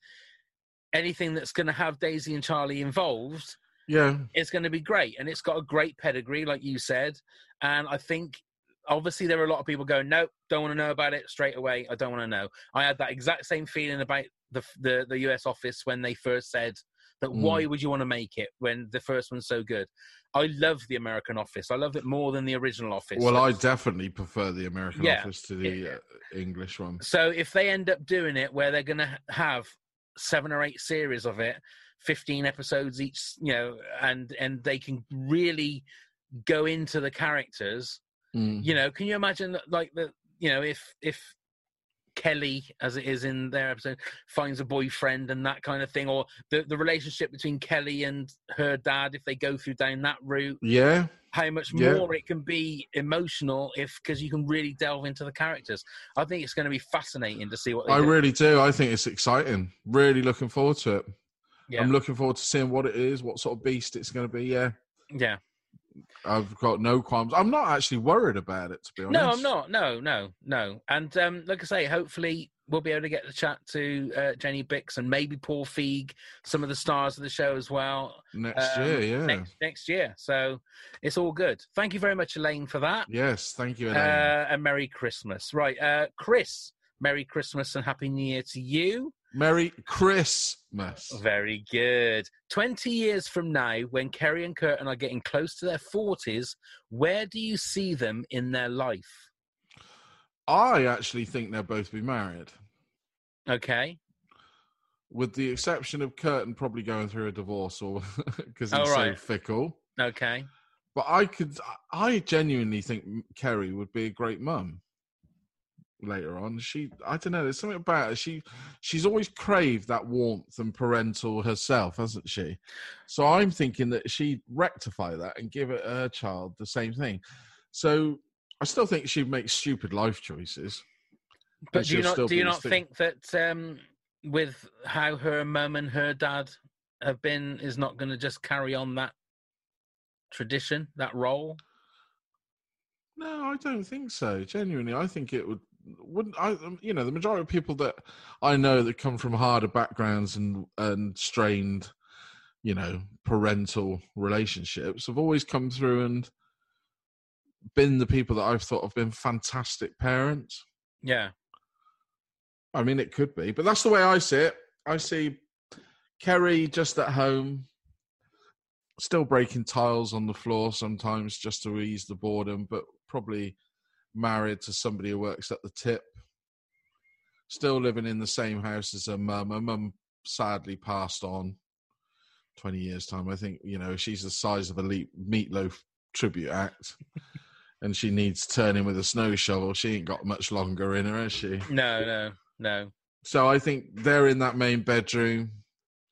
anything that's going to have Daisy and Charlie involved yeah, is going to be great, and it's got a great pedigree, like you said. And I think obviously there are a lot of people going, nope, don't want to know about it straight away. I don't want to know. I had that exact same feeling about the f- the the US office when they first said that Mm. why would you want to make it when the first one's so good. I love the American Office. I love it more than the original Office. Well, I definitely prefer the American Yeah. office to the uh, English one. So if they end up doing it where they're going to have seven or eight series of it, 15 episodes each, you know, and and they can really go into the characters, Mm. you know, can you imagine that, like the you know, if if Kelly, as it is in their episode, finds a boyfriend and that kind of thing, or the, the relationship between Kelly and her dad, if they go through down that route, Yeah, how much Yeah. more it can be emotional if because you can really delve into the characters. I think it's going to be fascinating to see what they I do. really do. I think it's exciting. Really looking forward to it. yeah. I'm looking forward to seeing what it is, what sort of beast it's going to be. Yeah, yeah. I've got no qualms. I'm not actually worried about it, to be honest. No, I'm not. No, no, no. And um, like I say, hopefully we'll be able to get the chat to uh, Jenny Bix and maybe Paul Feig, some of the stars of the show as well Next Um, year, yeah. next next year. So it's all good. Thank you very much, Elaine, for that. Yes, thank you, Elaine. Uh, and Merry Christmas. Right, uh, Chris. Merry Christmas and Happy New Year to you. Merry Christmas. Very good. 20 years from now, when Kerry and Curtin are getting close to their 40s, where do you see them in their life? I actually think they'll both be married, Okay. with the exception of Curtin probably going through a divorce or (laughs) because he's Oh, so right. fickle. Okay. But I could, I genuinely think Kerry would be a great mum later on. She, I don't know, there's something about her. She, she's always craved that warmth and parental herself, hasn't she? So I'm thinking that she'd rectify that and give it her child the same thing. So I still think she'd make stupid life choices. But and do you she'll not still do be you the not same. think that um, with how her mum and her dad have been is not going to just carry on that tradition, that role? No, I don't think so. Genuinely, I think it would. Wouldn't I? um, You know, the majority of people that I know that come from harder backgrounds and and strained, you know, parental relationships have always come through and been the people that I've thought have been fantastic parents. Yeah. I mean, it could be, but that's the way I see it. I see Kerry just at home, still breaking tiles on the floor sometimes just to ease the boredom, but probably married to somebody who works at the tip. Still living in the same house as her mum. Her mum sadly passed on 20 years' time. I think, you know, she's the size of a le- meatloaf tribute act. And she needs turning with a snow shovel. She ain't got much longer in her, has she? No, no, no. So I think they're in that main bedroom,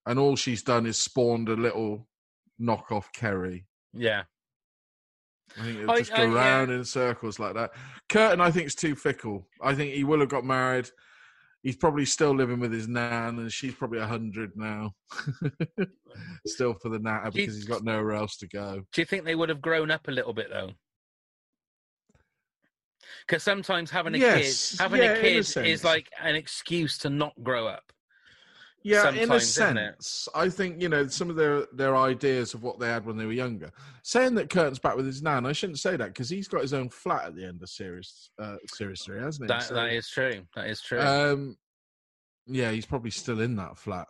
and all she's done is spawned a little knockoff Kerry. Yeah. I think it'll I- just I- yeah. go round in circles like that. Curtin, I think, is too fickle. I think he will have got married. He's probably still living with his nan, and she's probably hundred now, (laughs) still for the natter Do you- because he's got nowhere else to go. Do you think they would have grown up a little bit though? Because sometimes having a Yes, kid, having a yeah, in a kid sense. is like an excuse to not grow up. Yeah, in a sometimes, isn't it? sense, I think you know some of their their ideas of what they had when they were younger. Saying that Curtin's back with his nan, I shouldn't say that because he's got his own flat at the end of series uh, series three, hasn't he? That, So, that is true. That is true. Um, yeah, he's probably still in that flat.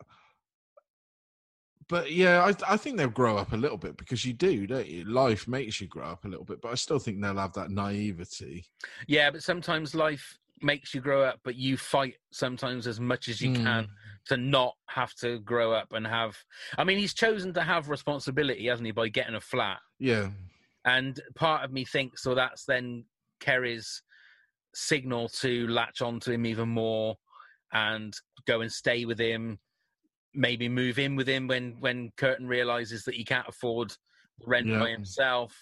But yeah, I I think they'll grow up a little bit because you do, don't you? Life makes you grow up a little bit, but I still think they'll have that naivety. yeah, but sometimes life makes you grow up, but you fight sometimes as much as you Hmm. can to not have to grow up and have. I mean, he's chosen to have responsibility, hasn't he, by getting a flat? Yeah, And part of me thinks, so that's then Kerry's signal to latch onto him even more and go and stay with him, maybe move in with him when, when Curtin realizes that he can't afford rent by Yeah. himself.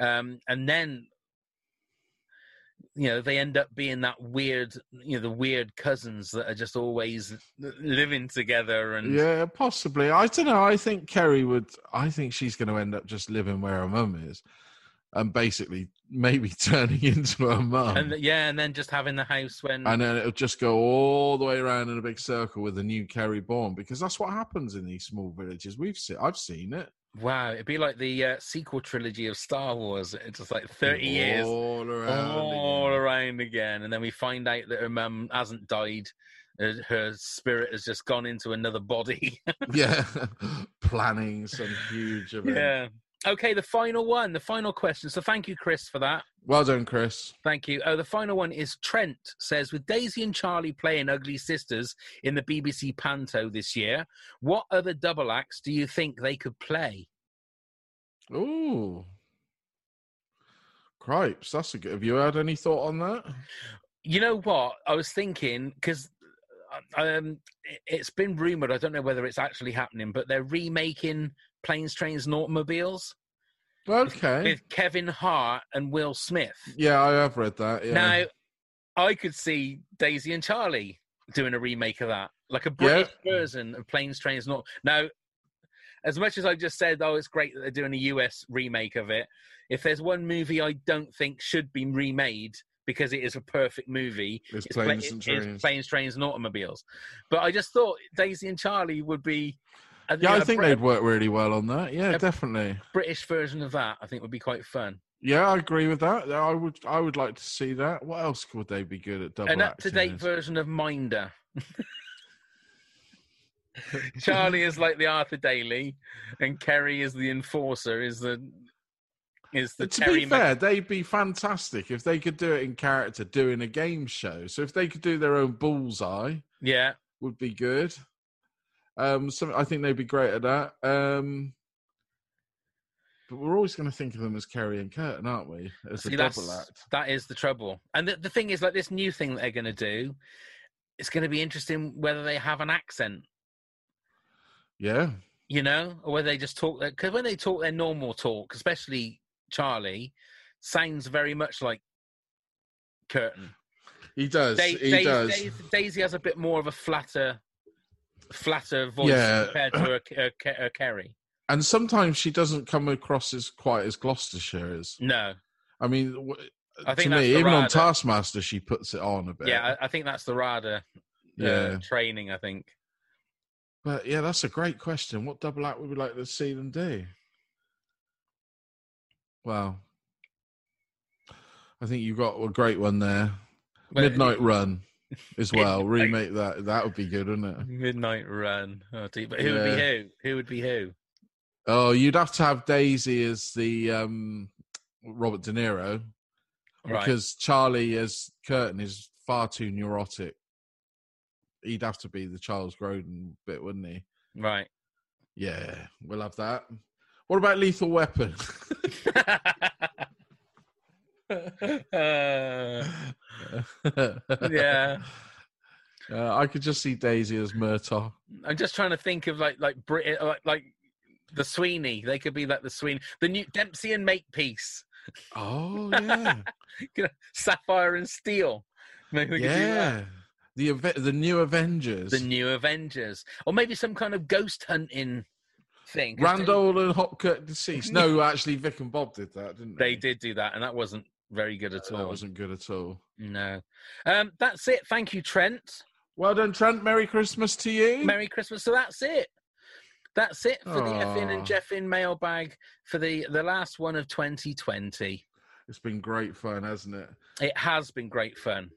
Um, and then, you know, they end up being that weird, you know, the weird cousins that are just always living together. And Yeah, possibly. I don't know. I think Kerry would. I think she's going to end up just living where her mum is, and basically maybe (laughs) turning into her mum. and And, yeah, and then just having the house when then it'll just go all the way around in a big circle with a new Kerry born because that's what happens in these small villages. We've seen. I've seen it. Wow, it'd be like the uh, sequel trilogy of Star Wars. It's just like 30 years all around. all again. around again. And then we find out that her mum hasn't died. uh, Her spirit has just gone into another body. (laughs) Yeah, (laughs) planning some huge event. yeah. Okay, the final one, the final question. So thank you, Chris, for that. Well done, Chris. Thank you. Oh, the final one is Trent says with Daisy and Charlie playing ugly sisters in the BBC Panto this year, what other double acts do you think they could play? Ooh. Cripes, that's a good. Have you had any thought on that? You know what? I was thinking because um, it- it's been rumored. I don't know whether it's actually happening, but they're remaking Planes, Trains, and Automobiles Okay. with Kevin Hart and Will Smith. Yeah, I have read that. Yeah. Now, I could see Daisy and Charlie doing a remake of that, like a British version of Planes, Trains, and Auto. Now, as much as I just said, oh, it's great that they're doing a US remake of it. If there's one movie I don't think should be remade because it is a perfect movie, it's it's planes pla- and it's trains. planes, trains, and automobiles. But I just thought Daisy and Charlie would be. a- you yeah, know, I a think Brit- they'd work really well on that. Yeah, Yeah. definitely. British version of that. I think would be quite fun. Yeah, I agree with that. Yeah, I would. I would like to see that. What else could they be good at? Double An up to date acting is? version of (laughs) Minder. Charlie is like the Arthur Daly, and Kerry is the enforcer. Is the is the But to Terry be Mc- fair, they'd be fantastic if they could do it in character, doing a game show. So if they could do their own bullseye, yeah, would be good. Um, so I think they'd be great at that. Um, but we're always going to think of them as Kerry and Curtin, aren't we? As See, a that's, double act. That is the trouble. And the, the thing is, like this new thing that they're going to do, it's going to be interesting whether they have an accent. Yeah. you know, or whether they just talk because when they talk their normal talk, especially Charlie, sounds very much like Curtin. He does. Da- he Dais- does. Dais- Daisy has a bit more of a flatter, flatter voice Yeah. compared to her, her, Ke- her Kerry. and sometimes she doesn't come across as quite as Gloucestershire is. No, I mean, w- I think to that's me, the even on Rada. Taskmaster, she puts it on a bit. yeah, I, I think that's the Rada uh, Yeah. training. I think but yeah, that's a great question. What double act would we like to see them do? Well, I think you got a great one there. But- Midnight Run, (laughs) as well. Midnight- Remake that. That would be good, wouldn't it? Midnight Run. Oh, dear. But who would be Yeah. who? Who would be who? Oh, you'd have to have Daisy as the um, Robert De Niro Right. because Charlie as Curtin is far too neurotic. He'd have to be the Charles Grodin bit, wouldn't he? right. Yeah, we'll have that. What about Lethal Weapon? (laughs) Uh, (laughs) Yeah. (laughs) Uh, I could just see Daisy as Murtaugh. I'm just trying to think of like like Brit uh, like, like the Sweeney. They could be like the Sweeney, the new Dempsey and Makepeace, (laughs) Oh, yeah. You know, Sapphire and Steel. Maybe we could do that. yeah. The, Ave- the new Avengers. the new Avengers, or maybe some kind of ghost hunting thing. 'cause (laughs) Randall and Hopkirk deceased. No, actually, Vic and Bob did that, didn't they, they? they did do that, and that wasn't very good at That all. wasn't good at all. No. Um, that's it. Thank you, Trent. Well done, Trent. Merry Christmas to you. Merry Christmas. So that's it. That's it for the Effin Aw. and Jeffin mailbag for the, the last one of 2020. it's been great fun, hasn't it? It has been great fun.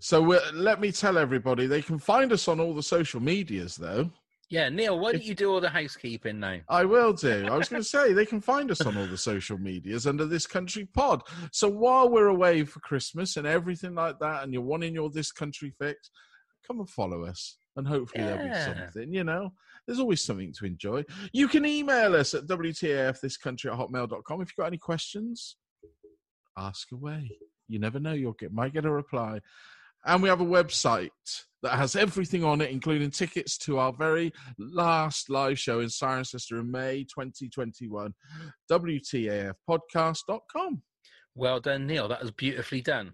So we let me tell everybody they can find us on all the social medias, though. Yeah, Neil, why don't If- you do all the housekeeping now? I will do. I was going to say they can find us on all the social medias under this country pod. So while we're away for Christmas and everything like that, and you're wanting your this country fix, come and follow us. And hopefully there'll be Yeah. something, you know. There's always something to enjoy. You can email us at WTAFthiscountry at hotmail.com. If you've got any questions, ask away. You never know, you'll get might get a reply. And we have a website that has everything on it, including tickets to our very last live show in Cirencester in May 2021. WTAFpodcast.com. Well done, Neil. That was beautifully done.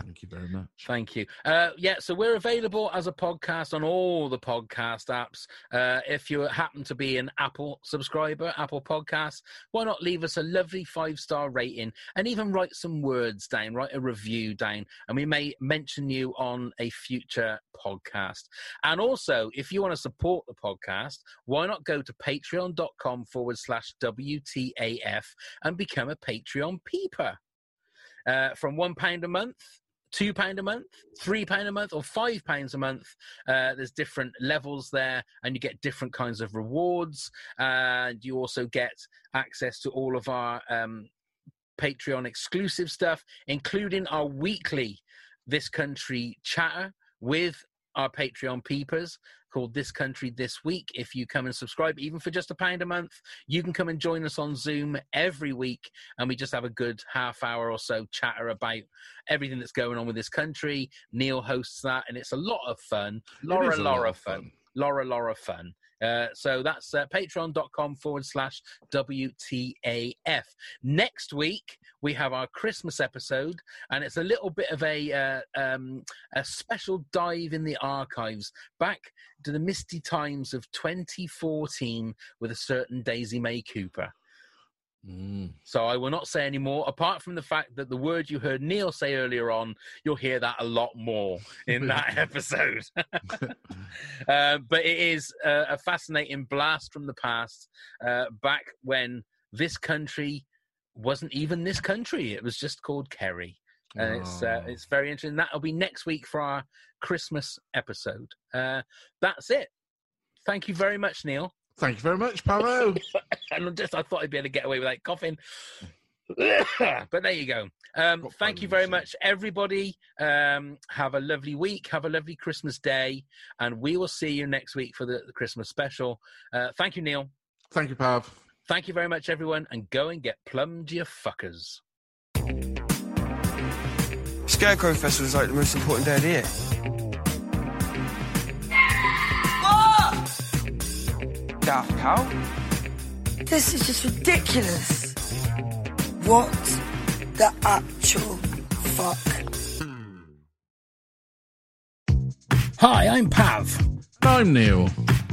Thank you very much. Thank you. Uh, yeah, so we're available as a podcast on all the podcast apps. Uh, if you happen to be an Apple subscriber, Apple Podcasts, why not leave us a lovely five star rating and even write some words down, write a review down, and we may mention you on a future podcast. And also, if you want to support the podcast, why not go to patreon.com forward slash WTAF and become a Patreon peeper? Uh, from one pound a month, two pound a month, three pound a month, or five pounds a month. Uh, there's different levels there, and you get different kinds of rewards. And you also get access to all of our um, Patreon exclusive stuff, including our weekly This Country chatter with our Patreon peepers called This Country This Week. If you come and subscribe, even for just a pound a month, you can come and join us on Zoom every week, and we just have a good half hour or so chatter about everything that's going on with this country. Neil hosts that, and it's a lot of fun. It Laura, is a lot Laura of fun. Laura, Laura fun. Uh, so that's uh, patreon.com forward slash WTAF. Next week, we have our Christmas episode, and it's a little bit of a, uh, um, a special dive in the archives back to the misty times of 2014 with a certain Daisy May Cooper. Mm. So I will not say any more, apart from the fact that the word you heard Neil say earlier on, you'll hear that a lot more in that episode. (laughs) uh, but it is uh, a fascinating blast from the past, uh, back when this country wasn't even this country; it was just called Kerry. And it's uh, Oh. it's very interesting. That'll be next week for our Christmas episode. Uh, that's it. Thank you very much, Neil. Thank you very much, Pablo. And I'm just, I thought I'd be able to get away without coughing. (coughs) but there you go. Um, Got thank you phones, very yeah. much, everybody. Um, have a lovely week. Have a lovely Christmas day. And we will see you next week for the, the Christmas special. Uh, thank you, Neil. Thank you, Pav. Thank you very much, everyone. And go and get plumbed, you fuckers. Scarecrow Festival is like the most important day of the year. What? Daft cow. This is just ridiculous. What the actual fuck? Hi, I'm Pav. I'm Neil.